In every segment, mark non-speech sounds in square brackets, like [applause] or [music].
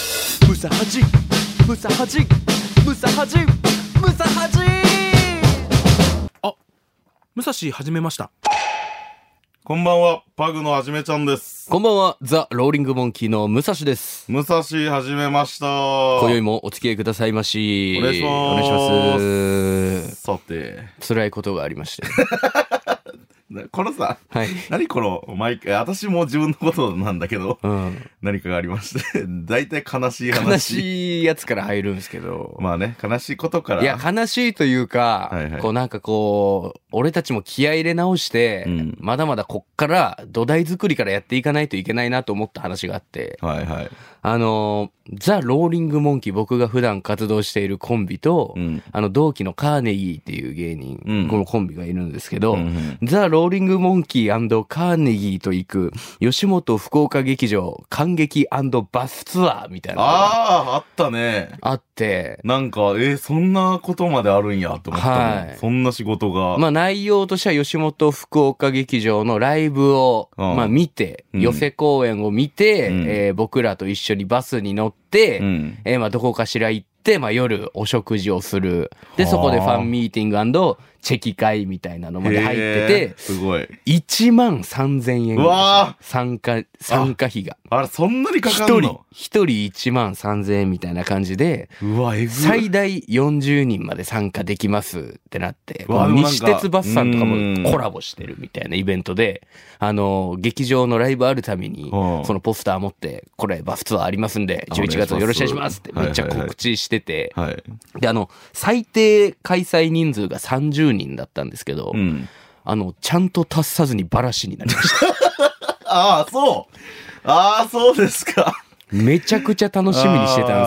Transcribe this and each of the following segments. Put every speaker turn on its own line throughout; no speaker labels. サハジムサハジムサハジムサハジ
武蔵始めました。
こんばんは、パグのはじめちゃんです。
こんばんは、ザ・ローリング・モンキーの武蔵です。
武蔵はじめました。
今宵もお付き合いくださいまし。
お願いします。
お願いしま
さて、
す。辛いことがあり
[laughs]
まして。
なこのさ、
はい。
何この、毎回、私も自分のことなんだけど、 [laughs]
うん。
何かがありまして、大体悲しい話。
悲しいやつから入るんですけど。
まあね、悲しいことから。
いや、悲しいというか、
はいはい
こうなんかこう、俺たちも気合い入れ直して、
うん
まだまだこっから土台作りからやっていかないといけないなと思った話があって、
はいはい。
あの、ザ・ローリング・モンキー、僕が普段活動しているコンビと、
うん。
あの同期のカーネギーっていう芸人、
うん
このコンビがいるんですけど、
うんうん
ザ・ローリング・モンキーカーネギーと行く吉本福岡劇場感激バスツアーみたいなのが
ああ、あったね。
あって、
なんか、えーそんなことまであるんやと思ったね、
はい
そんな仕事が。
まあ内容としては吉本福岡劇場のライブを、
うん
まあ見て、
うん
寄せ公演を見て、
うん
えー僕らと一緒にバスに乗って、
うん。
えーまあどこかしら行って、まあ夜お食事をする。で、そこでファンミーティングチェキ会みたいなのまで入って
へ
て
ー、すごい。
1万3000円ぐ
う
ら
わ
い参加、参加費が。
あれ、そんなにか
一
かる
人
の、
一人1万3000円みたいな感じで、
うわ、えぐい
最大40人まで参加できますってなって、
うわ
こう
でもなんか
西鉄バスさんとか
うん
もコラボしてるみたいなイベントで、あの、劇場のライブあるために、
うん
そのポスター持って、これバスツアーありますんで、
あお願いし
11
ます
月よろしくお願いしますってめっちゃ
はいはいはい
告知してて、
はい。
で、あの、最低開催人数が30人だったんですけど
う、ん。
あの、ちゃんと達さずにバラシになりました。
ああ、そう。ああ、そうですか。
めちゃくちゃ楽しみにしてた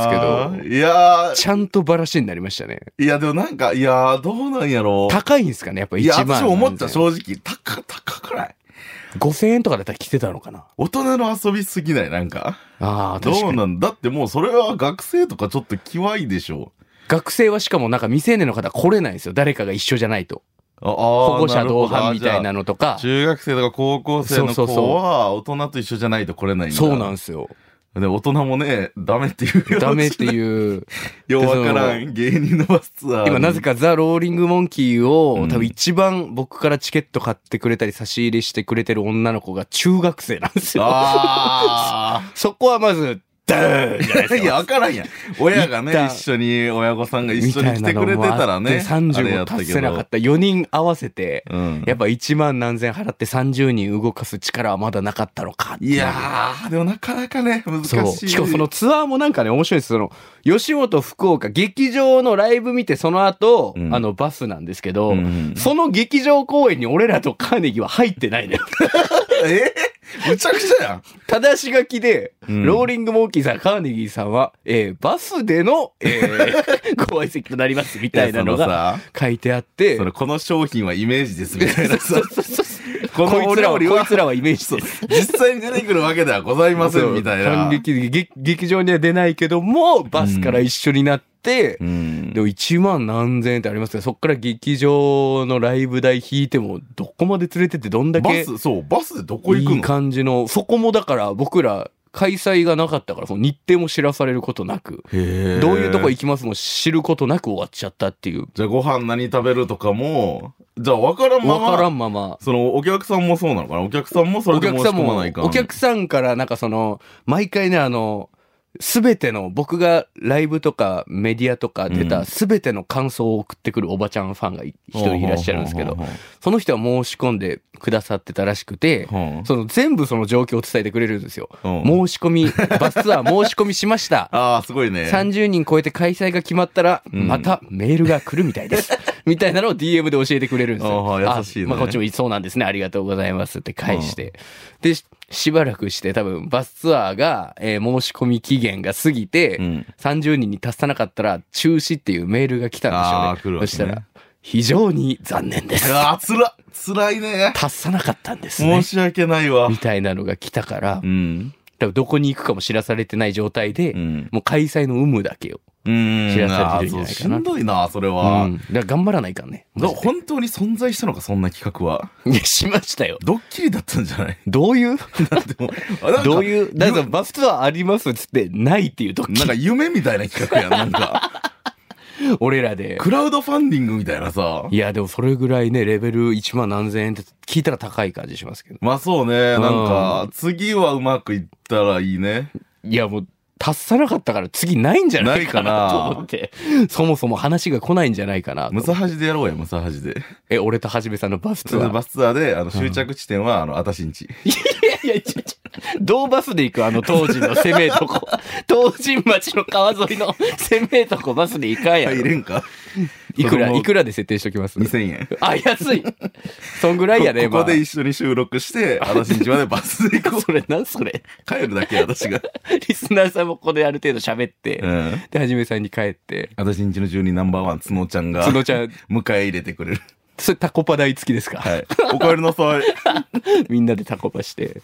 んですけ
ど。いや
ど、ちゃんとバラシになりましたね。
ー、いや、でもなんか、いやー、どうなんやろ
高いんですかねやっぱ
い
一
や、
番。
私も思った、正直。高、高くない
5000円とかだったら来てたのかな
大人の遊びすぎないなんか。
ああ、確
ど
か
う
に。
なんだってもうそれは学生とかちょっときわいでしょ。
学生はしかもなんか未成年の方は来れないんですよ。誰かが一緒じゃないと。
ああー、
保護者同伴みたい
なるほど。あーじゃ
な
あ
のとか。
中学生とか高校生の
そうそうそう
子は大人と一緒じゃないと来れないんだ。
そうなんですよ。
で大人もね、ダメっていうような
ダメっていう。
ようわからん芸人のバスツアーに。
今なぜかザ・ローリング・モンキー
う
を
ん
多分一番僕からチケット買ってくれたり差し入れしてくれてる女の子が中学生なんですよ。
ああ。
そこはまず、ダーンじゃないですか
いや、わからんやん。親がね
一、旦
一緒に、親御さんが一緒に来てくれてたらね。あれや
35
ったけ
達
ど
せなかった。4人合わせて、
うん。
やっぱ1万何千払って30人動かす力はまだなかったのかってう
いやー、でもなかなかね、難し
そう。
い。
しかもそのツアーもなんかね、面白いです。その、吉本福岡、劇場のライブ見て、その後、
うん
あの、バスなんですけど、
うん
その劇場公演に俺らとカーネギーは入ってない
[laughs]
のよ。
えむちゃくちゃや
[laughs]
ん。
ただし書きで、
うん
ローリングモンキーさん、カーネギーさんは、えーバスでの、え
[laughs]
ーご相席となります、みたいなの
い
が
やそのさ
書いてあって、
それこの商品はイメージですみたいなさ。こ
こ
の
い
お
つら
料
は、
理
こい
は
つらはイメージ
そう
です。
実際に出てくるわけではございませんみたいな。
感激的劇劇場には出ないけども、バスから一緒になって、
うん
でも1万何千円ってありますけど、そっから劇場のライブ代引いても、どこまで連れてってどんだ
バ
け
ス、そう、バスでどこ行く
いい
の
感じの、そこもだから僕ら開催がなかったから、その日程も知らされることなく、
へー
どういうとこ行きますも知ることなく終わっちゃったっていう、
じゃあご飯何食べるとかも、じゃあ分からんま
わから
ま、
んまま。
そのお客さんもそうなのかなお客さんもそれ
お
で
客
申し
さん
込ま
も
ない、かん
お客さんからなんかその、毎回ね、あの、すべての、僕がライブとかメディアとか出
う
た
ん
すべての感想を送ってくるおばちゃんファンがい一人いらっしゃるんですけど、その人は申し込んでくださってたらしくて、
も
その全部その状況を伝えてくれるんですよ。
うん、
申し込み、バスツアー申し込みしました。
ああ、すごいね。
30人超えて開催が決まったら、
うん
またメールが来るみた
[laughs]
いです。みたいなのを DM で教えてくれるんですよ。
あー優しいね
あまあこっちもそうなんですね。ありがとうございますって返して。で、ししばらくして多分バスツアーが、えー申し込み期限が過ぎて、
うん
30人に達さなかったら中止っていうメールが来たんで
あー
しょ
来
う
るわ
ね。
けね
そしたら、非常に残念です。
ああ、つら、つらいね。
達さなかったんです
申
ね。
し訳ないわ
み。たいなのが来たから
う、ん。
多分どこに行くかも知らされてない状態で、
うん。
もう開催の有無だけを
うーん。
知らされてるんじゃないかな
あーそうしんどいな、それは。
うん。だから頑張らないか [laughs] んね。
だ
マジ
本当に存在したのか、そんな企画は。
でいや、しましたよ。
ドッキリだったんじゃない [laughs]
どういう
なんでもあなんか
どういう、だからバスツアーありますっつって、ないっていう時
なんか夢みたいな企画やん。なん
[laughs]
か、
俺らで。
クラウドファンディングみたいなさ
い。や、でもそれぐらいね、レベル1万何千円って聞いたら高い感じしますけど。
まあそうね。なん
う
か、次はうまくいったらいいね。
いや、もう、達さなかったから次ないんじゃないかな
ないかな
と思って。そもそも話が来ないんじゃないかなと。
ムサハジでやろうや、ムサハジで。
え、俺とはじめさんのバスツアー。
バスツアーで、あの、終着地点は、あの、あたしんち。
いやいや、ちょちょ、どうバスで行くあの東神の攻めえと [laughs] こ。東神町の川沿いの攻めえとこバスで行かんやろ
入れんか
いくら、
子供
いくらで設定しときます
?2000 円。
あ、安い。そんぐらいやね、
こ [laughs] ここ
まあ
で一緒に収録して、あたしんちまでバスで行こう。
[laughs] それ、なんそれ。
帰るだけ、私
[laughs]
が。
リスナーさんもここである程度喋って、
うん。
で、はじめさんに帰って、
あたしんちの住人ナンバーワン、つのちゃんが、
つのちゃん、
迎え入れてくれる。
それタコパ大好きですか、
はい。お帰りな
[laughs]
さい。
みんなでタコパして、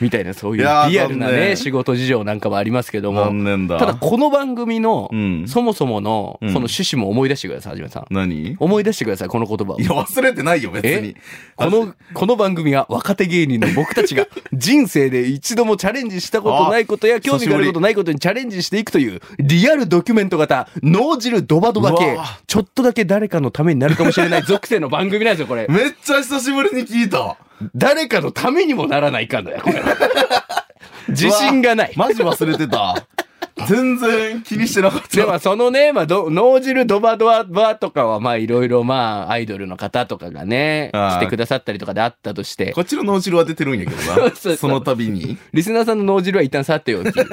みたいな、そういう
いやー
リアルな
残
ね、
念
仕事事情なんかもありますけども、
残念だ。
ただこの番組の
う、ん。
そもそもの、そ
うん
の趣旨も思い出してください、はじめさん。
何い
思い出してください、この言葉を
や、。忘れてないよ、別に。
この、この番組は若手芸人の僕たちが人生で一度もチャレンジしたことないことや興味があることないことにチャレンジしていくというリアルドキュメント型脳汁ドバドバ系
うわ
ちょっとだけ誰かのためになるかもし
[laughs]
れない属性の番組なんですよ、これ。
めっちゃ久しぶりに聞いた。。
誰かのためにもならないかんのや、これ。自信がないう
わマジ忘れて
[laughs]
た。全然気にしてなかっ
で
た。
もそのね、まあ、ど脳汁ドバドバとかは、まあ、いろいろ、まあ、アイドルの方とかがね、
あー
来てくださったりとかであったとして、
こっちの脳汁は出てるんやけ
[laughs] そう
ど
そうそう
な。その度に。
リスナーさんの脳汁は一旦去っておき。
[laughs]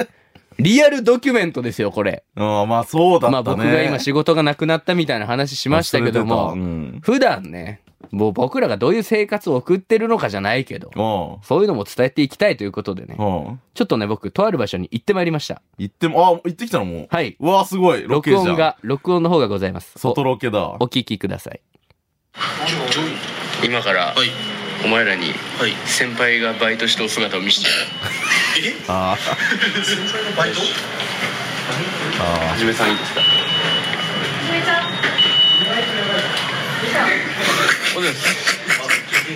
リアルドキュメントですよ、これ。
うん、まあそうだったね。
まあ僕が今仕事がなくなったみたいな話しましたけど
忘れてた
も、
うん
普段ね、もう僕らがどういう生活を送ってるのかじゃないけど、
うん。
そういうのも伝えていきたいということでね、
うん。
ちょっとね、僕、とある場所に行ってまいりました。
行っても、あ、行ってきたのもう。
はい。
うわあ、すごい。ロケ
録
じゃん。
音が、録音の方がございます。
外ロケだ
お。お聞きください。今から、
はい
お前らに、
はい
先輩がバイトしてお姿を見せて
え
あ
バイト
あ、あ
はじめさんいいですか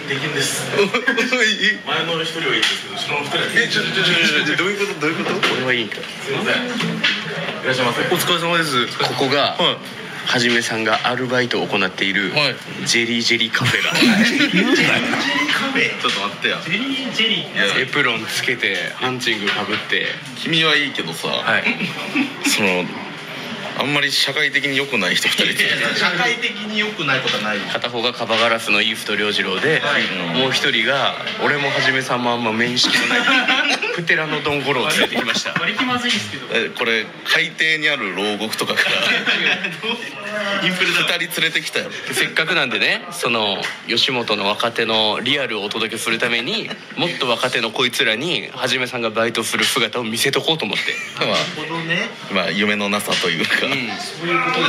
できんです前の一人はいいんですけど後ろの二人はえちょちょちょちょどういうことどういうこと
俺はいいか
すいませんいらっしゃいませお疲れ様です
ここが、
はい
はじめさんがアルバイトを行っている、
はい
ジェリージェリーカフェが
ちょっと待ってやジェリージェリー
エプロンつけてハンチングかぶって
君はいいけどさ、
はい
そのあんまり社会的に良くない人二人社会的に良くないことはない
片方がカバガラスのイーフと良次郎で、
はい
もう一人が俺もはじめさんもあんま面識のない [laughs] プテラのドンゴロを連れてきました
割り気まずいんですけどえこれ海底にある牢獄とかから [laughs] インプレ二人連れてきたよ
せっかくなんでねその吉本の若手のリアルをお届けするためにもっと若手のこいつらにはじめさんがバイトする姿を見せとこうと思って
まあ、まあ夢のなさというか、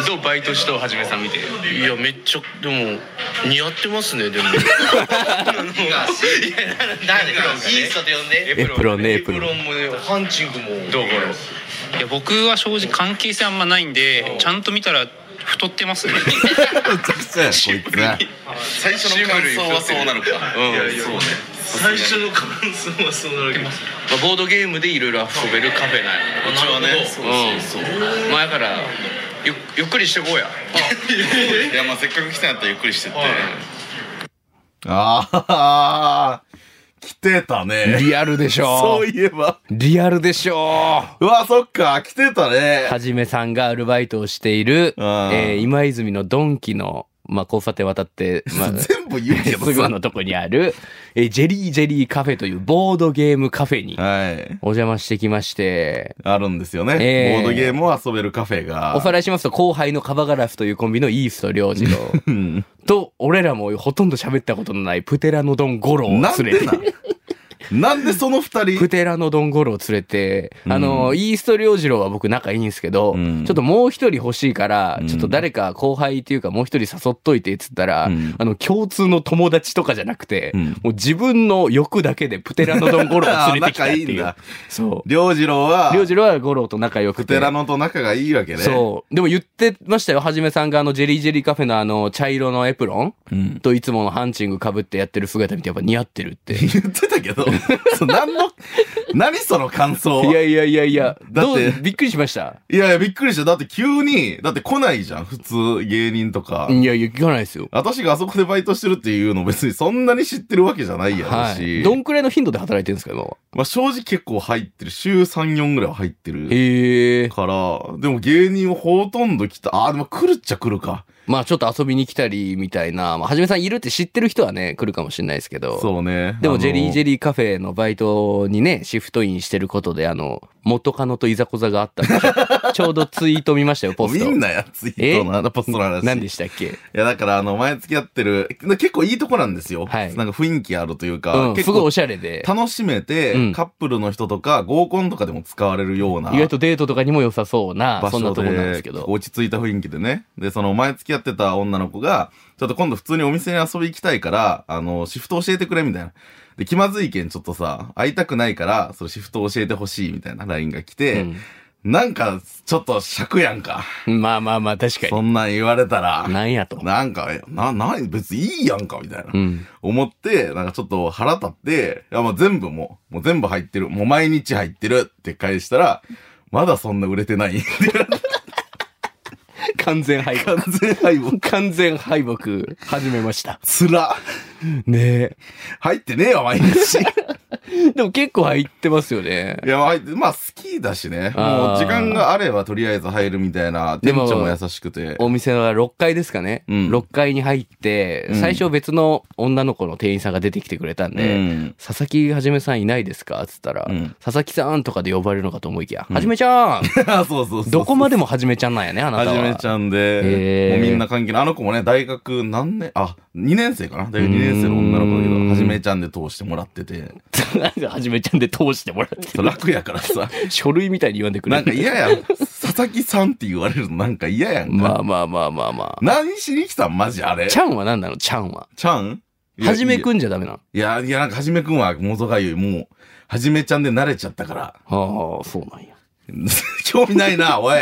どうバイトしてをはじめさん見て
いやめっちゃでも似合ってますねでもいやなんでインスタで呼んで
エプロンねエプロン
もハンチングも
どうゴロ
いや僕は正直関係性あんまないんでちゃんと見たら太ってますね
[laughs]
[laughs]
あ、めちゃくち
[laughs]
ゃや、こいつね。
最初の感想はそうなるかうんそうね最初の感想はそうなるけど
まあボードゲームでいろいろ遊べるカフェなんや
うちはねそうそうそう
まあだからゆゆっくりしてこうや
[laughs] いやまあせっかく来たんやったらゆっくりしてって
ああ、来てたね。
リアルでし
[laughs] そういえば。
リアルでしょ
うわ、そっか、来てたね。
はじめさんがアルバイトをしている、
あ
え
ー
ー今泉のドンキの、まあ、交差点渡って、
[laughs]
まあ、
全部言うけ
す
ど
ぐ
さ。
のとこにある、えージェリージェリーカフェというボードゲームカフェに
はい。
お邪魔してきまして、
あるんですよね。
ええ
ボードゲームを遊べるカフェが。
おさらいしますと後輩のカバガラフというコンビのイースと良次郎
[laughs] うん。
と、俺らもほとんど喋ったことのないプテラノドン五郎を連
なん
れ
で
て
なんなんでその
[laughs]
二人
プテラノドンゴロを連れて、あの、イースト良次郎は僕仲いいんですけど、
うん
ちょっともう一人欲しいから、
ん
ちょっと誰か後輩っていうかもう一人誘っといてっつったら、
うん
あの、共通の友達とかじゃなくて、
うん
もう自分の欲だけでプテラノドンゴロを連れてきたっ
あ仲
て
いい
い
ん
う。
だ
そう。
良次郎は、
良次郎はゴロと仲良く
プ
て。
テラノと仲がいいわけね。
そう。でも言ってましたよ。はじめさんがあの、ジェリージェリーカフェのあの、茶色のエプロン、
ん
といつものハンチング被ってやってる姿見てやっぱ似合ってる
[laughs]
って。
言ってたけど、そう何の、何その感想
いや
い
いやいやいや、
だ
ど
って
う、びっくりしました。
やいや、びっくりした。だって急に、だって来ないじゃん、普通芸人とか。
いやいや、聞かないですよ。
私があそこでバイトしてるっていうの別にそんなに知ってるわけじゃないやろ
は
し、
い。どんくらいの頻度で働いてるんですか、今は。
まあ正直結構入ってる。週3、4ぐらいは入ってる。
へえ。
から、でも芸人をほとんど来た。ああ、でも来るっちゃ来るか。
まあちょっと遊びに来たりみたいな、まあはじめさんいるって知ってる人はね、来るかもしれないですけど。
そうね。
でもジェリージェ
リ
リーカフェのバイトにね、シフトインしてることで、あの、元カノといざこざがあったんでし
[laughs]
ょちょうどツイート見ましたよ、ポスト。
みんなやついとな、やっぱその話。
何でしたっけ
いや、だから、あの、前付き合ってる、結構いいとこなんですよ。
はい
なんか雰囲気あるというか、
うん、
結
すごい
構
おしゃれで。
楽しめて、
うん
カップルの人とか合コンとかでも使われるような
意外とデートとかにも良さそうな、
場
そんな
所
とこなんです
で
けど。
落ち着いた雰囲気でね。で、その前付き合ってた女の子が、ちょっと今度普通にお店に遊び行きたいから、あの、シフト教えてくれみたいな。で、気まずいけんちょっとさ、会いたくないから、そのシフト教えてほしいみたいな LINE が来て、なんか、ちょっと尺やんか。
まあまあまあ、確か
そんなん言われたら
に。。なんやと。
なんか、えな、な、別にいいやんか、みたいな。
うん。
思って、なんかちょっと腹立って、いやもう全部もう、もう全部入ってる。もう毎日入ってるって返したら、まだそんな売れてない。 [laughs]
完全敗北。
完全敗北。
完全敗北、始めました。
つら。
ね
入ってねえよ、毎日。い
え。 [laughs] でも結構入ってますよね。
や、まあ入って、まあ、好きだしね。
あー
もう時間があればとりあえず入るみたいな、
で
店
も
長も優しくて。
お店は6階ですかね。
うん
6階に入って、
ん
最初別の女の子の店員さんが出てきてくれたんで、
うん
佐々木はじめさんいないですかっつったら、
うん
佐々木さんとかで呼ばれるのかと思いきや、はじめちゃん
[laughs] あ [laughs] そうそうそう。
どこまでもはじめちゃんなんやね、あな
は
たは。
じ
[laughs]
めちゃんで
へ、ー
もうみんな関係ない。あの子もね、大学何年、あ、2年生かな大学2年生の女の子だけ
うーん
ど、はじめちゃんで通してもらってて、
なんではじめちゃんで通してもらって
そう
る。
楽やからさ、
書類みたいに言わんでく
[laughs]
れ
なんか
る。
嫌やん。佐々木さんって言われるのなんか嫌やんか。
まあまあまあまあまあ。
何しに来たんマジあれ。
ちゃんは何なのちゃんは。
ちゃんいや
はじめくんじゃダメなの。
いや、いや、なんかはじめくんは元がゆい。もう、はじめちゃんで慣れちゃったから。 [laughs]
ああ、そうなんや。
興味ないな、おい。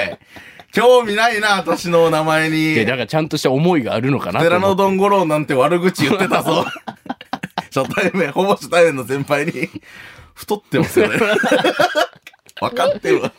興味ないな、私の名前に。
で、だ
寺
からちゃんとした思いがあるのかなと思って
のどんごろうなんて悪口言ってたぞ。 [laughs] 初対面、ほぼ初対面の先輩に。太ってますよね。分かってるわ。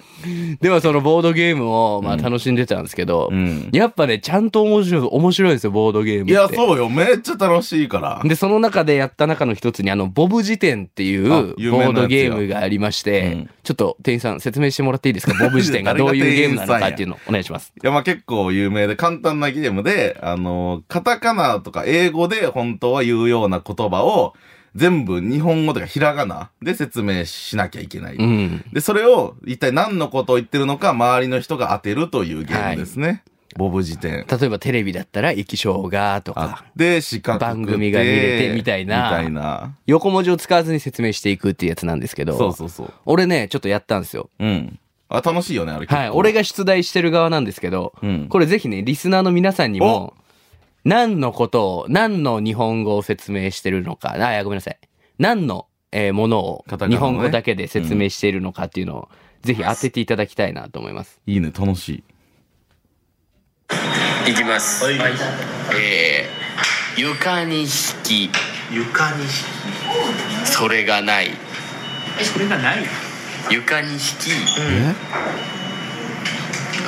でもそのボードゲームをまあ楽しんでたんですけど、
ん
やっぱね、ちゃんと面白い、面白いんですよ、ボードゲームっ
い
て。
や、そうよ。めっちゃ楽しいから。
で、その中でやった中の一つに、あの、ボブ辞典っていうボ
あ有名なやつや
ードゲームがありまして、
うん
ちょっと店員さん説明してもらっていいです
[laughs]
かボブ辞典がどういうゲームなのかっていうのをお願いします。
いや、まあ結構有名で、簡単なゲームで、あの、カタカナとか英語で本当は言うような言葉を、全部日本語とかひらがなで説明しなきゃいけない。
うん。
で、それを一体何のことを言ってるのか、周りの人が当てるというゲームですね。ボブ辞典。
例えばテレビだったら、液晶がとか、
で、四角くて
番組が見れてみたいな
みたいな。
横文字を使わずに説明していくっていうやつなんですけど、
そうそうそう。
俺ね、ちょっとやったんですよ。
うん。あ、楽しいよね、あれ。
はい、俺が出題してる側なんですけど、
うん
これぜひね、リスナーの皆さんにも、何のことを、何の日本語を説明してるのか、あ、いやごめんなさい。何の、えーものを
カタカナのね
日本語だけで説明しているのかっていうのを、ぜひ当てていただきたいなと思います。
いいね、楽しい。
いきます。はい。えー、床に引き、
床に引
それがない。
きそれがない
床に引き、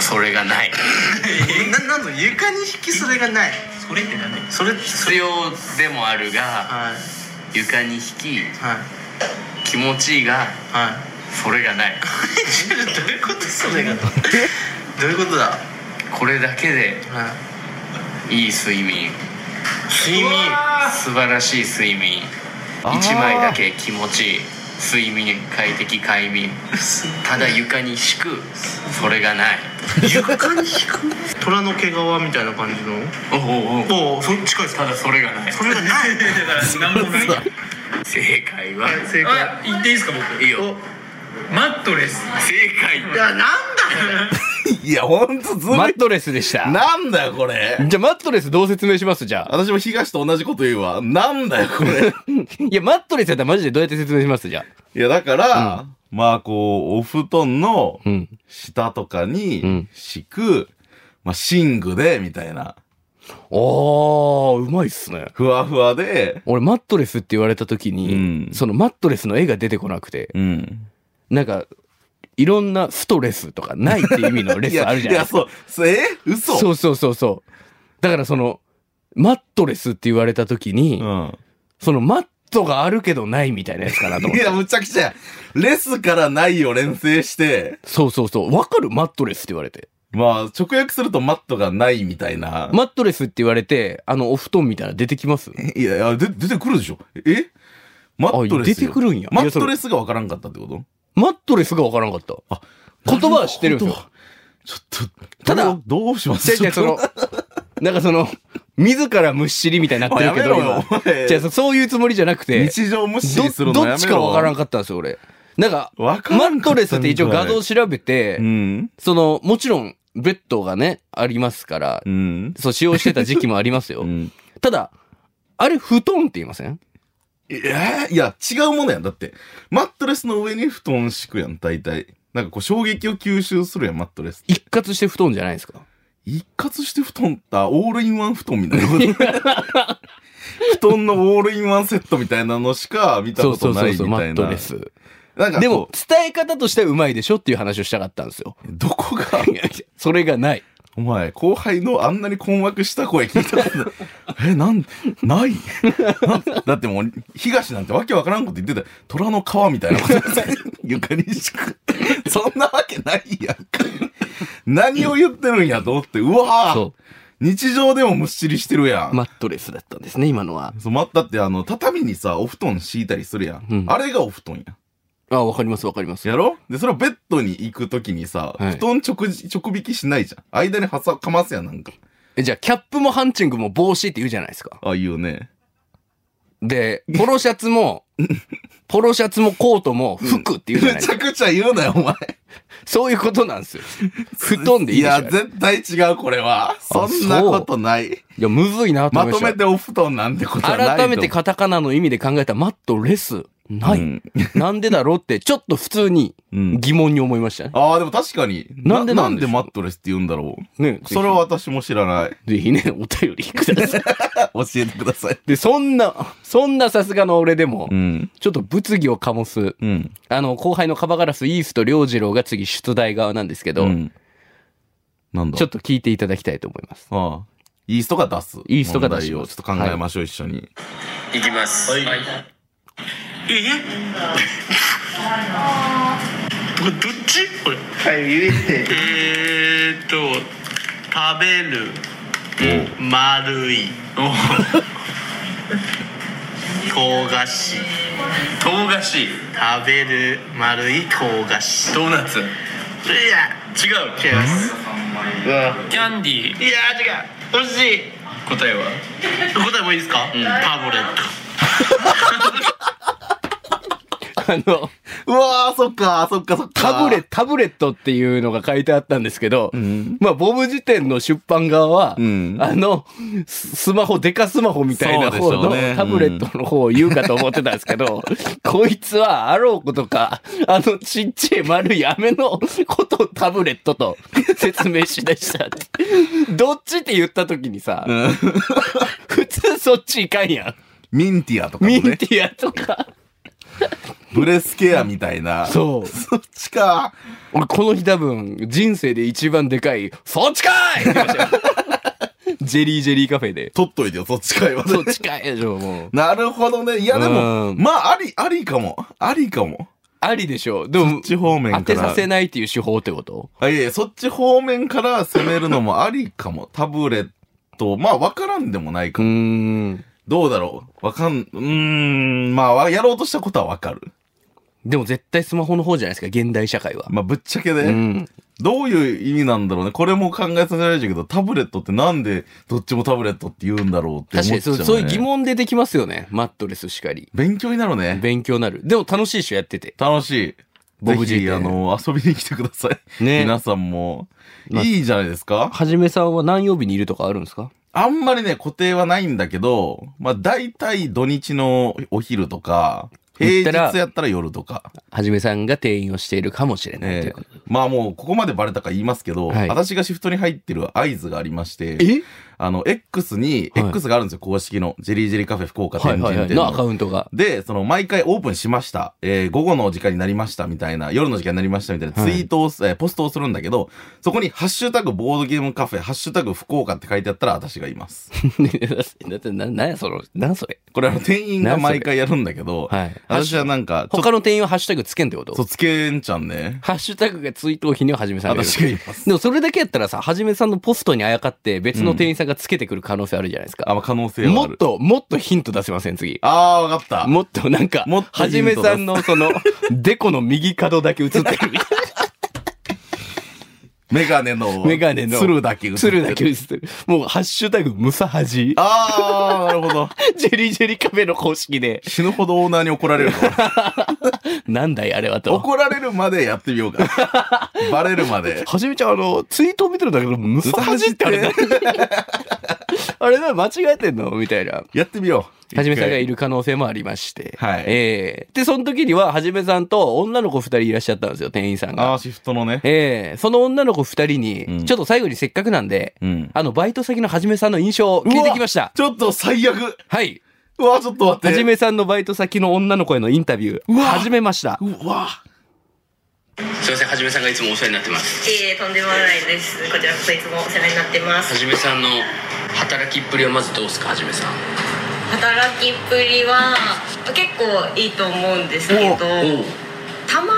それがない。
[laughs] ななんの床に引きそれがないそれって何それ
必要でもあるが、
はい
床に引き、
はい
気持ちいいが、
は
それがない。
いちょっ [laughs] とどういうことそれが
[laughs]
どういうことだ
これだけで
はい
いい睡眠。
睡眠
素晴らしい睡眠。
あー
一枚だけ気持ちいい。睡眠、快適、快眠。ただ床に敷く、それがない。
床に引
[laughs]
く虎の毛皮みたいな感じの
おうおうおう
おおそっちかい
ただそれがない。
それがないだから何もない
正解は
正解
あ言っていいですか僕
いいよ
マットレス
正解
いやなんだ
いや、ほんとず
マ
る
ットレスでした
い。なんだよ、これ。
じゃあマットレスどう説明しますじゃあ
私も東と同じこと言うわ。なんだよ、これ。
いやマットレスやったらマジでどうやって説明しますじゃあ
いや、だから、まあ、こう、お布団の
うん
下とか
う
に
ん
敷く、まあ、寝具で、みたいな。
あーうまいっすね
ふわふわで、
俺マットレスって言われた時に、
うん
そのマットレスの絵が出てこなくて
うん。
なんかいろんなストレスとかないって意味のレ
い
ス
や、
あるじゃな
いや、
いですか
そう。そえ嘘
そうそうそうそうだからそのマットレスって言われた時に、
うん。
そのマットがあるけどないみたいなやつかなと思っ
い
て
や、むちゃくちゃや。レスからないを連成して、
そうそうそうわかるマットレスって言われて
まあ、直訳するとマットがないみたいな。
マットレスって言われてあのお布団みたいなの出てきます
いやいや、で出てくるでしょ。えマットレスよ
あ出てくるんや
マットレ
い
スがわからんかったってこと
マットレスがわからんかった
あ
言葉は知ってるんですよ
ちょっと、
ただ
どう、どうします
違う違う、その、なんかその、自らむっしりみたいになってるけど、
おいやめろよ
今
お前
違う、そそういうつもりじゃなくて、
日常無視する
ど
のやめろ
どっちかわからんかったんですよ、俺。なんか、
わからん
マ
かった
ットレスって一応画像調べて、
うん。
その、もちろん、ベッドがね、ありますから、
うん。
そう、使用してた時期もありますよ。
うん
ただ、あれ、布団って言いません
えーいや、違うものやん。だって、マットレスの上に布団敷くやん、大体。なんかこう、衝撃を吸収するやん、マットレス。
一括して布団じゃないですか。
一括して布団った、オールインワン布団み
[laughs]
たいなこと。布団のオールインワンセットみたいなのしか見た
そ
こ
うそ
と
う
ない
そう
みた
そう、
いな。
マットレス。
なんかこう
でも、、伝え方としてはうまいでしょっていう話をしたかったんですよ。 [laughs]
どこが、
いやいやそれがない。
お前、後輩のあんなに困惑した声聞いたことない。 [laughs] え、なん、ない [laughs] なだってもう、東なんてわけわからんこと言ってた。虎の皮みたいなこと言ってた床に敷く。 [laughs] そんなわけないやんか。何を言ってるんやと思って、うわ
そ
ぁ
う
日常でもむっしりしてるやん。
マットレスだったんですね、今のは。
そう、ま、だってあの、畳にさ、お布団敷いたりするやん。
うん
あれがお布団や。
あ、わかります、わかります。
やろで、それをベッドに行くときにさ、
はい
布団直じ、直引きしないじゃん。間に挟、かますやん、なんか。
えじゃあ、キャップもハンチングも帽子って言うじゃないですか。
ああいうね。
で、ポロシャツも、ポロシャツもコートも服って言うじゃ
め
ないです
ち
か。
ゃくちゃ言うなよ、お前。
そういうことなんですよ。布団でいい
い
でしょ。
や、
いや、
絶対違う、これは。そんなことない。
むずいなと
ま
思い
と
ました
め
よ。
てお布団なんてことはないと。
改めてカタカナの意味で考えたマットレス。ない。
うん
なんでだろうって、ちょっと普通に
うん
疑問に思いましたね。
ああ、でも確かに。
なんで
な
なんんで
で
しょう
マットレスって言うんだろう。
ね
それは私も知らない。
ぜひね、お便りください。
教えてください。
で、そんな、そんなさすがの俺でも
う、ん。
ちょっと物議を醸す
うん。
あの、後輩のカバガラスイースと良次郎が次出題側なんですけ
う
ど、
んなんだ
ちょっと聞いていただきたいと思います。
ああ。イーストが出す。
イーストが出します
問題をちょっと考えましょう、一緒に。
いきます、
どどっちこれ
えーっと食べる丸い [laughs] 唐菓子
唐菓子
食べる丸い唐菓子
ドーナツ違う
いや違います
キャンディー
いや違う惜しい
答えは
答えもいいですか、タブレット
あの、
うわー、そっか、そっか、そっか。
タブレ、タブレットっていうのが書いてあったんですけど、まあ、ボブ辞典の出版側は、
うん
あの、ススマホ、デカスマホみたいな方
そう
の、
でしょうね
タブレットの方を言うかと思ってたんです
[laughs]
けど、こいつはあろうことか、あのちっちゃい丸い飴のことをタブレットと説明しだし
[laughs]
たって。どっちって言った時にさ、普通そっちいかんやん。
ミンティアとかも
ミン
ね。
ティアとか。
ブレスケアみたいな。
そう
そっちか。
俺この日多分人生で一番でかい、そっちか [laughs] いって言いましたよジェリージェリーカフェで。
取っといてよ、そっちかいはね
[laughs] そっちかいでしょ、もう。
なるほどね。いや、でも、
うん
まあ、あり、ありかも。ありかも。
ありでしょ。でも、
地方面から。
当てさせないっていう手法ってこと
あいやいや、そっち方面から攻めるのもありかも。タブレット、まあ、わからんでもないか
う
も。
ーん。
どうだろう。わかん、うーん、まあわ、やろうとしたことはわかる。
でも絶対スマホの方じゃないですか、現代社会は。
まあ、ぶっちゃけで、
うん。
どういう意味なんだろうね。これも考えさせられるけど、タブレットってなんでどっちもタブレットって言うんだろうって思っ
確
ちゃう、
かに
ね。
そうそういう疑。問出てきますよね。マットレスしかり。
勉強になるね。
勉強になる。でも楽しいっしょ、やってて。
楽しい。
ボブ
ぜひ
G
あの、遊びに来てください。
ね
皆さんも。
まあ
いいじゃないですか。
はじめさんは何曜日にいるとかあるんですか
あんまりね、固定はないんだけど、まあ大体土日のお昼とか、
言った
平
ら
日やったら夜とか。
はじめさんが店員をしているかもしれないとい
え
うこと
えまあもうここまでバレたか言いますけど、
はい
私がシフトに入ってる合図がありまして、
え
あの、X に、
はい
X があるんですよ、公式の。ジェリージェリーカフェ福岡
はい
天
はい
神
は
っ
い。
ていうの
のアカウントが。
で、その、毎回オープンしました。えー午後の時間になりました、みたいな、夜の時間になりました、みたいな、ツイートをす、えーポストをするんだけど、そこに、ハッシュタグボードゲームカフェ、ハッシュタグ福岡って書いてあったら、私がいます。
[laughs] ねだって、な、なんやその、なんそれ。
これ、あの、店員が
何それ
毎回やるんだけど、
はい
私はなんか、ちょっ
他の店員はハッシュタグつけんってこと
と、つけんちゃんね。
ハッシュタグがツイートを日にははじめさんが
私がいます。
でもそれだけやったらさ、はじめさんのポストにあやかって別の店員さんがつけてくる可能性あるじゃないです
あ、
か。
まあ、可能性は
も
あ
っ
る。
と、もっとヒント出せません、次。
あー、わかった。
もっとなんか
もっ、と
は
ヒ
じ
ント出
め
す
さんの [laughs] その、デコの右角だけ映ってるみたい
メガネの、
[laughs] メガネの
鶴だけ映って
な。
る
鶴だけ映ってる。もう、ハッシュタグ、ムサハジ。
あー、なるほど。
ジェリージェリーカフェの公式で、
死ぬほどオーナーに怒られ
[laughs]
るぞ。
なんだいあれはと。
怒られるまでやってみようか。 [laughs] バレるまで。
はじめちゃん、あの、ツイートを見てるんだけど、ムサハジってあれだ。 [laughs] あれだ、間違えてんのみたいな。
やってみよう。
はじめさんがい
る。
る可能性もありまして。
はい
ええで、その時には、はじめさんと女の子二人いらっしゃったんですよ、店員さん
あ
が。
あ、シフトのね。
ええその女の子二人に、
うん
ちょっと最後にせっかくなんで、
うん。
あの、バイト先のはじめさんの印象を聞いてきました。
ちょっと最悪。
はい。
うわ、ちょっと待って。
はじめさんのバイト先の女の子へのインタビュー、始めました。
うわ。
すいませんはじめさんがいつもお世話になってます
いえとんでもないですこちらこそいつもお世話になってま
は
す
じめさんの働きっぷりはまずどうですかはじめさん
働きっぷりは結構いいと思うんですけど
おう
たま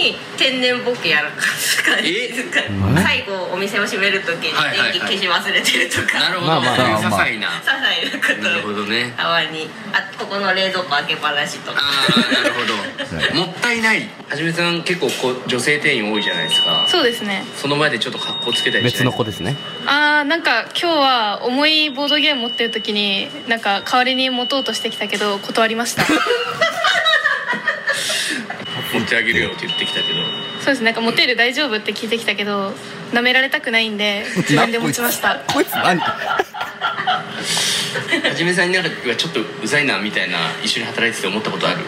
に天然ボケやらかす感じですか最後お店を閉める時に
はいはいはい
電気消し忘れてるとか、
なるほど、
まあまあ
そういう
まあ
些細
まあ
な、
些細な
なる
こ
ほ
と
どね
たまにあここの冷蔵庫開けっぱなしとか
ああなるほどもったいないはじめさん結構こう女性店員多いじゃないですか
そうですね
その前でちょっと格好つけたりして
別の子ですね。
あーなんか今日は重いボードゲーム持ってる時になんか代わりに持とうとしてきたけど断りまし
[laughs]
たそ
持ってあげるよって言ってきたけど
うですねなんか持てる大丈夫って聞いてきたけど舐められたくないんで
[laughs]
自分で持ちました
こいつ
[laughs]
何
はじめさんになんかちょっとうざいなみたいな一緒に働いてて思ったことある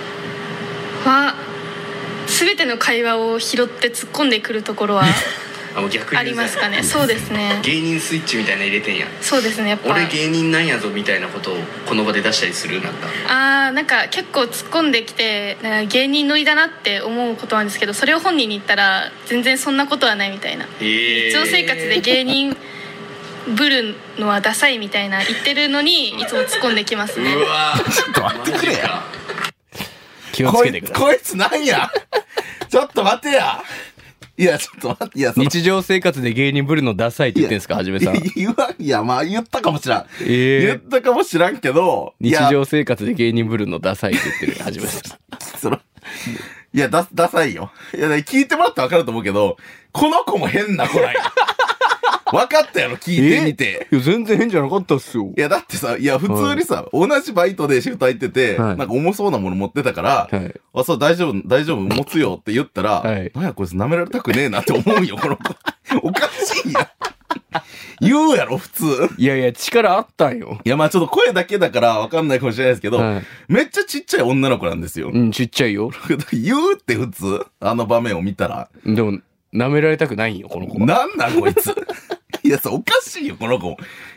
は全ての会話を拾って突っ込んでくるところ
[laughs]
は
あもう逆に
ありますかね
うざい
そうですね
芸人スイッチみたいなの入れてんや
そうですねやっぱ
俺芸人なんやぞみたいなことをこの場で出したりするなんか
あーなんか結構突っ込んできてなんか芸人乗りだなって思うことなんですけどそれを本人に言ったら全然そんなことはないみたいな
え
日常生活で芸人ぶるのはダサいみたいな言ってるのにいつも突っ込んできますね
うわちょっと待ってくれや
気をつ
こ
け
い
てく
つ、
ださい。
こいつなんや [laughs] ちょっと待てや。いや、ちょっと待って、いや、その
日常生活で芸人ぶるのダサいって言ってんですか、はじめさん。
言わん、いや、まあ言ったかもしらん。
ええ
言ったかもしらんけど、い
日
や
常生活で芸人ぶるのダサいって言ってる、はじめさん。
その、いや、だ、ダサいよ。いや、だから聞いてもらったらわかると思うけど、この子も変な子なん
[laughs]
や。わかったやろ、聞いてみて。
いや、全然変じゃなかったっすよ
い。や、だってさ、いや、普通にさ、同じバイトでシフト入ってて、
はい
なんか重そうなもの持ってたから、
はい
あ、そう、大丈夫、大丈夫、持つよって言ったら、
はい
なんや、こいつ舐められたくねえなって思うよ、この子。 [laughs] おかしいやん。言うやろ、普通。
いやいや、力あったんよ。
いや、まあちょっと声だけだからわかんないかもしれないですけど、
はい
めっちゃちっちゃい女の子なんですよ。 [laughs]
うん、ちっちゃいよ。
言うって普通、あの場面を見たら。
でも、舐められたくないよ、この子は。
なんなんこいつ。 [laughs] いやさ、おかしいよ、この子。い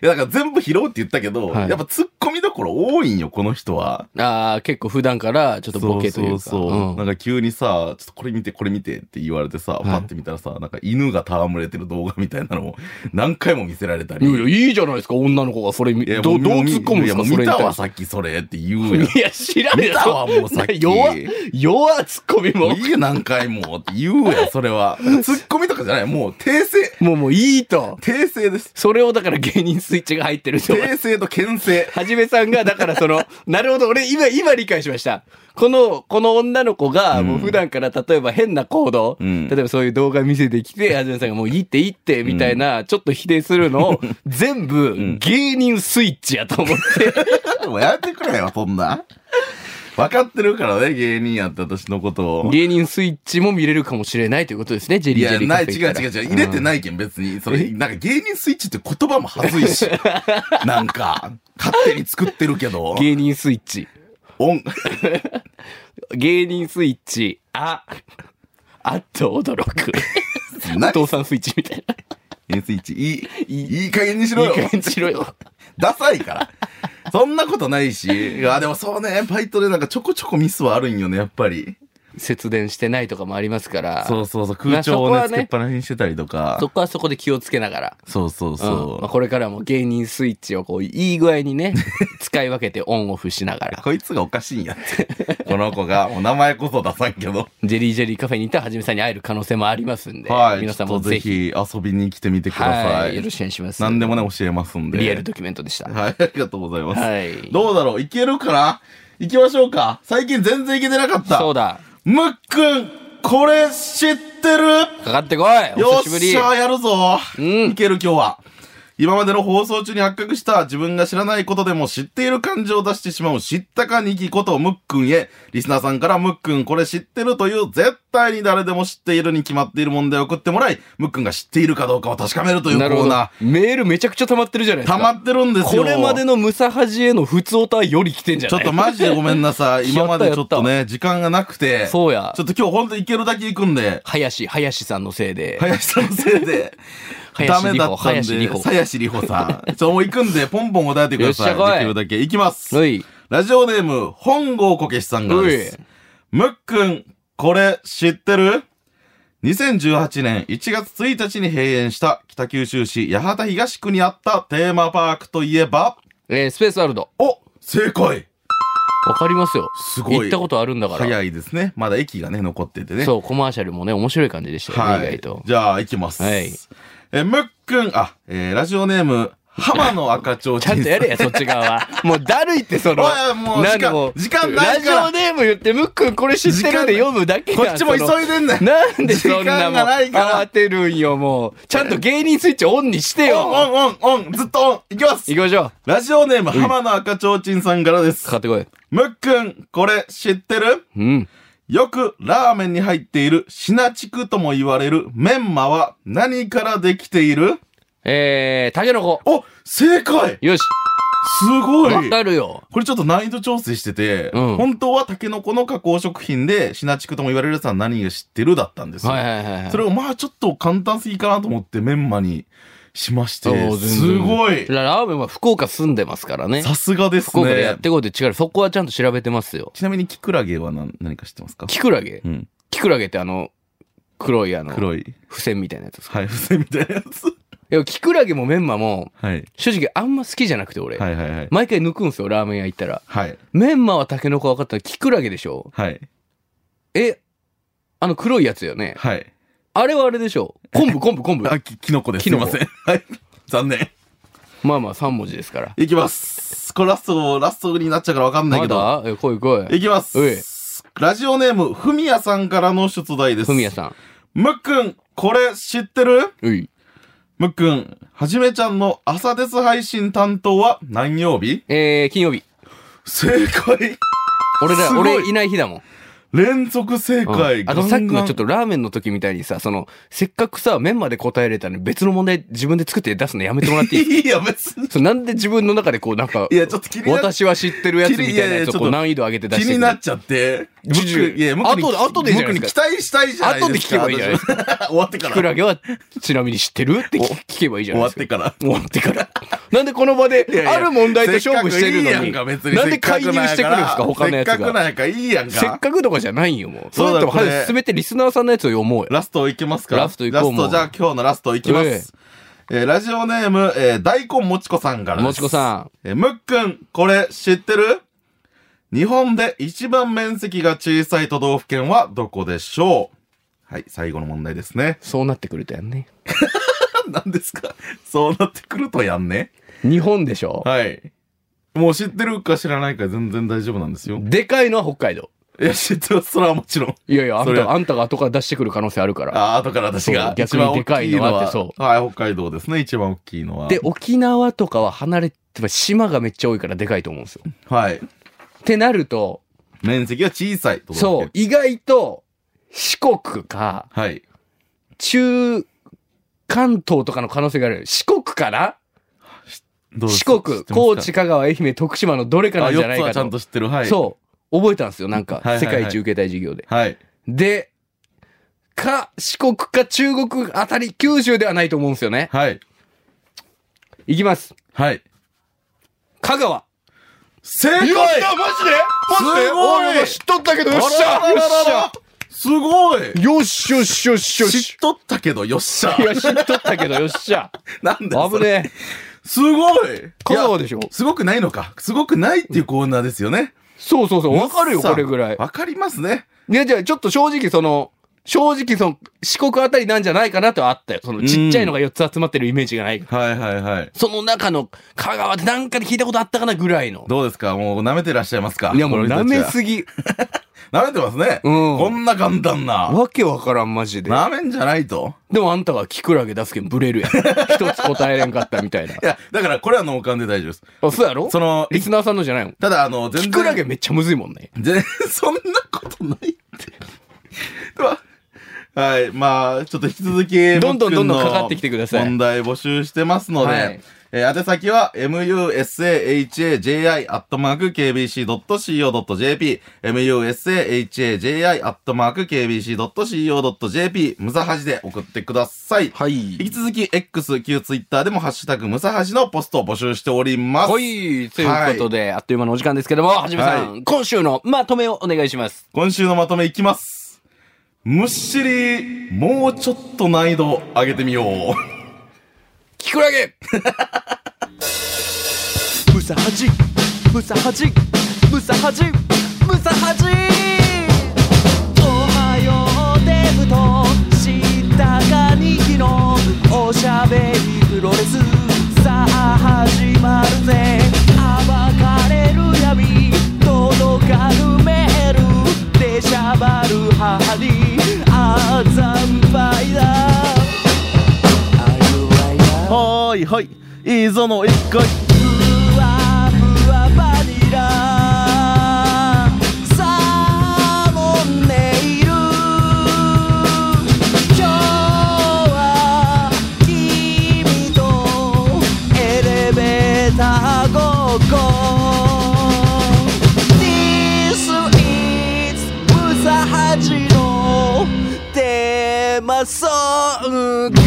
や、だから全部拾うって言ったけど、
はい
やっぱ突っ込みどころ多いんよ、この人は。
ああ、結構普段からちょっとボケというか。
そうそうそう、
うん
なんか急にさ、ちょっとこれ見て、これ見てって言われてさ、
い
パッて見たらさ、なんか犬が戯れてる動画みたいなのを [laughs] 何回も見せられたり。
いやいやいいじゃないですか、女の子がそれ見、
いや
どどう
もも
突っ込むんですか、
い
そ
や
れ
見
に
た
対
わ、
して。
さっきそれって言
[laughs]
うやん。
いや、知らん
見
よ。
たわ、もうさっき。
[laughs] 弱、弱っツッコミ
も
も
う。いいよ何回もって言うやん、それは。ツッコミとかじゃない、もう訂正。
もうもういいと。
訂正です。
それをだから芸人スイッチが入ってると。
訂正と牽制。 [laughs]
はじじめさんが、だからその、なるほど、俺今、今理解しました。この、この女の子が、もう普段から例えば変な行動、
うん
例えばそういう動画見せてき
[laughs]
て、はじめさんがもういいっていいって、みたいな、ちょっと否定するの
[laughs]
を、全部
ん、
芸人スイッチやと思って。
[laughs] もうやめてくれよ、そんな。分かってるからね、芸人やって私のことを。
芸人スイッチも見れるかもしれないということですね、ジェ
い
リージ
や
ェ、リーカ
な
フ
い、
ェ
違う違う違う。入れて
い。
ないけん、別に。それ、なんか芸人スイッチって言葉もはずい [laughs] し。なんか、勝手に作ってるけど。
芸人スイッチ。
オン、
芸人スイッチ、あ、あっと驚く。
[laughs] 何
父さんスイッチみ
[laughs]
たいな。
芸人スイッチ、いい、いい加減にしろよ。
いい加減にしろよ。
ダサいから。そんなことないし。いや、でもそうね、バイトでなんかちょこちょこミスはあるんよね、やっぱり。
節電してないとかもありますから。
そうそうそう、空調を
ま
ね、
あそこ
つ
はね
けっぱなしにしてたりとか。
そこはそこで気をつけながら。
そうそう
うんまあ
そ
これからも芸人スイッチをこう、いい具合
[laughs]
にね、使い分けてオンオフしなが
う。
ら。
こいつがおかしいんやって。 [laughs] この子が、お名前こそ出さんけど。
ジェリージェリーカフェに行ったらはじめさんに会える可能性もありますんで。
はい。
皆さん
ちょ
も
っとぜ
ぜひ。
ひ遊びに来てみてくださ。
はいい。よろしくお願いします。
何でもね、教えますんで。
リアルドキュメントでした。
はい、ありがとうございます。
はい
どうだろういけるかな行きましょうか。最近全然行けてなかった。
そう。だ。
むっくん、これ知ってる
かかってこいお
よ
久しぶ
っ
り
しゃ、やるぞ。
うん
いける今日は。今までの放送中に発覚した自分が知らないことでも知っている感情を出してしまう知ったかにきことむっくんへ、リスナーさんからむっくんこれ知ってるという絶対に誰でも知っているに決まっている問題を送ってもらい、むっくんが知っているかどうかを確かめるというコ
なるほ
ー
ど
ナー。。
メールめちゃくちゃ溜まってるじゃないです
溜
か。
まってるんですよ。
これまでのムサハジへの普通オタより来てんじゃ
ちょ
な
っ
い
とマジでごめんな
[laughs]
さい。
やった
今までちょっとね、時間がなくて。
そうや
ちょっと今日ほんと行けるだけ行くん
[laughs]
で、
林、林さんのせいで。
林さんのせいで、
林
ダメだったん
林
で
里、穂
林里穂さん。ちょ、もう行くんで、ポンポンお題てください。
よっしゃ来い
できるだけ行きます。
おい。
ラジオネーム、本郷こけしさんがです
う。
むっくん、これ知ってる ?2018 年1月1日に閉園した北九州市八幡東区にあったテーマパークといえば、
えースペースワールド。
お正解
わかりますよ。
すごい
行ったことあるんだから。
早いですね。まだ駅がね、残っててね。
そう、コマーシャルもね、面白い感じでしたよね、
は
意外
い
と。。
じゃあ、いきます。
はい
え、むっくん、あ、えーラジオネーム、浜の赤ちょうちん
ちゃ
さん。
んとや [laughs] れや、そっち側は。もうだるいって、その。
おいおいもう時間
なんかもう
時間ないから
ラジオネーム言って、ムックンこれ知ってるで読むだけ
[laughs] こ
やん
っちも
その
急いでんねん。
[laughs] なんでそん
時
な
間
もん
がないから
慌てるんよ、もう。ちゃんと芸人スイッチオンにして
オン、オ
よ。
ン、オン、オン、ずっとオン。いきます
行き。ましょう。
ラジオネーム、浜の赤ちょうちんさんからです
かか。ってこい。
むっくん、これ知ってる
うん。
よくラーメンに入っているシナチクとも言われるメンマは何からできている
えー、タケノコ。
お、正解
よし。
すごい
わかるよ。
これちょっと難易度調整してて、
うん
本当はタケノコの加工食品で、シナチクとも言われるやつは何が知ってるだったんですよ。
はいはいはいはい。
それをまあちょっと簡単すぎかなと思ってメンマにしまして
お、ー全然
すごい
ララーメンは福岡住んでますからね。
さすがです
福岡でや
ね
っ。てこうって違う。そこはちゃんと調べてますよ。
ちなみにキクラゲは何何か知ってますか
キクラゲ
うん。
キクラゲってあの、黒いあの、
黒い。
付箋みたいなやつですか
はい、付箋みたいなやつ。
いや、キクラゲもメンマも、
はい。
正直あんま好きじゃなくて俺。
はいはいはい。
毎回抜くんすよ、ラーメン屋行ったら。
はい。
メンマはタケノコ分かったらキクラゲでしょ
はい。
え、あの黒いやつよね。
はい。
あれはあれでしょ昆
[laughs]
布、昆布、昆布。
あ、き、キノコです。す
キ
い
ノコ
ません。はい。残念。
まあまあ3文字ですから。
いきます。これラスト、ラストになっちゃうからわかんない
ま
けど。
だえ来い来
い
い。
きます
うい。
ラジオネーム、ふみやさんからの出題です。
ふみやさん。
むっくん、これ知ってる
うい。
むっくん、はじめちゃんの朝です配信担当は何曜日
えー、金曜日。
正解
俺ら、
すごい
俺いない日だもん。
連続正解、
うんあとさっきのちょ
と。
っとラーメンの時みたいにさ、その、せっかくさ、メンマで答えれたのに別の問題自分で作って出すのやめてもらっていい
いや、別に。
それなんで自分の中でこうなんか
い、や、ちょっと気になっ
私は知ってるやつみたいなやつをこう難易度上げて出
気
して
に
く
なっ
る。
ちゃって。むっ
ジュジュ
くんいや、むっくんに
後で後でいいじゃな
むっくん
いで
に
す
期待したいじゃないですか。
後で聞けばいいじゃないです
か。終わってか
キク
ら。
ラゲはちなみに知ってるって聞聞けばいいじゃ
終
ない
わ
で
っ
すか
て。から。
終わってから。 [laughs] なんでこの場で
いやいや
ある問題と勝負してる [laughs]
せっか
の
くいい
に。
や
なん
か別に
で介入してくるんですか他のやつ
せっかく
が。
なんやからいいやんか。
せっかくとかじゃないよもう。
そ
そうう
だ
だったら
これ
早く進めてリスナーさんのやつを読もうよ。
ラストいきますか
ラストいこうもう
じゃあ今日のラストいきます。えーラジオネーム、えー大根もちこさんからです。
もちこさん。。
えーむっくん、これ知ってる日本で一番面積が小さい都道府県はどこでしょうはい、最後の問題ですね
[laughs] そうなってくるとやんね。
何ですかそうなってくるとやんね。
日本でしょ
はい。もう知ってるか知らないか全然大丈夫なんですよ。
でかいのは北海道。
いや、知ってます。それはもちろん。
いやいや、あ
そ
ん
れは
た、あんたが後から出してくる可能性あるから。
ああ、後から私
そ
が。
う。逆にでかいのはあってそう
はい、北海道ですね。一番大きいのは。
で、沖縄とかは離れて、島がめっちゃ多いからでかいと思うんですよ。
はい。
ってなると、
面積は小さいところだ
そう
け。、
意外と、四国か、
はい。
中関東とかの可能性がある。四国かな
どうですか
四国、高知、香川、愛媛、徳島のどれかなんじゃない
あ四つは
か
ちゃん
と。
と知ってる。はい。
そう、覚えたんですよ。なんか
はい、はい
世
はい
界一受けたい授業で。
はい。
で、か、四国か中国あたり、九州ではないと思うんですよね。
はい。
いきます。
はい。
香川。
正解
よっし
マジです
俺も知っとったけど、よっしゃ
あららら
よっ
ら
しゃ
すごい
よしよしよしよ
知っ
し。
とったけど、よっしゃ
いや、知っとったけど、よっしゃ。
なんで
危
それ
ねえ。
すごい
香川で
し
しょ
すごくないのか。すごくないっていうコーナーですよね。
そうそうそう。わかるよ、
さあ
これぐらい。
わかりますね。
いや、じゃあ、ちょっと正直、その、正直、その、四国あたりなんじゃないかなとはあったよ。その、ちっちゃいのが4つ集まってるイメージがないから。
はいはいはい。
その中の、香川ってなんかで聞いたことあったかなぐらいの。
どうですかもう舐めてらっしゃいますか
いや、もう
この人
舐
たち
め
は
すぎ。
[laughs] 舐めてますね。
うん
こんな簡単な。
[laughs] わけわからん、マジで。
舐めんじゃないと。
でもあんたがキクラゲ出すけんブレるやん。 [laughs] 一つ答えれんかったみた [laughs] いな。
いや、だからこれは脳幹で大丈夫です。
あ、そうやろ
その、
リスナーさんのじゃないもん。
ただあの、全然。
キクラゲめっちゃむずいもんね。
全 [laughs] 然、そんなことないって。 [laughs] では、はい、まあ、ちょっと引き続き、
どんどんどんどん
僕の
かかってきてください
問題募集してますので、
はい
えー宛先は、musahaji.kbc.co.jp、musahaji.kbc.co.jp、ムサハジで送ってください。
はい
引き続き、X、旧 Twitter でも、ハッシュタグ、ムサハジのポストを募集しております。
はい、ということで、あっという間のお時間ですけども、はじめさん、
は
今週のまとめをお願いします。
今週のまとめいきます。むっしり、もうちょっと難易度上げてみよう。
[laughs] キクラゲ
ムサハジムサハジムサハジムサハジおはようデブとしたかにきのおしゃべりプロレスさあ始まるぜ暴かれる闇届かぬメールでしゃばる母にあざんぱいだ
はーいはい。いいぞの一回。
ふわふわバニラサーモンネイル今日は君とエレベーターごっこ This is ムサハジのテーマソング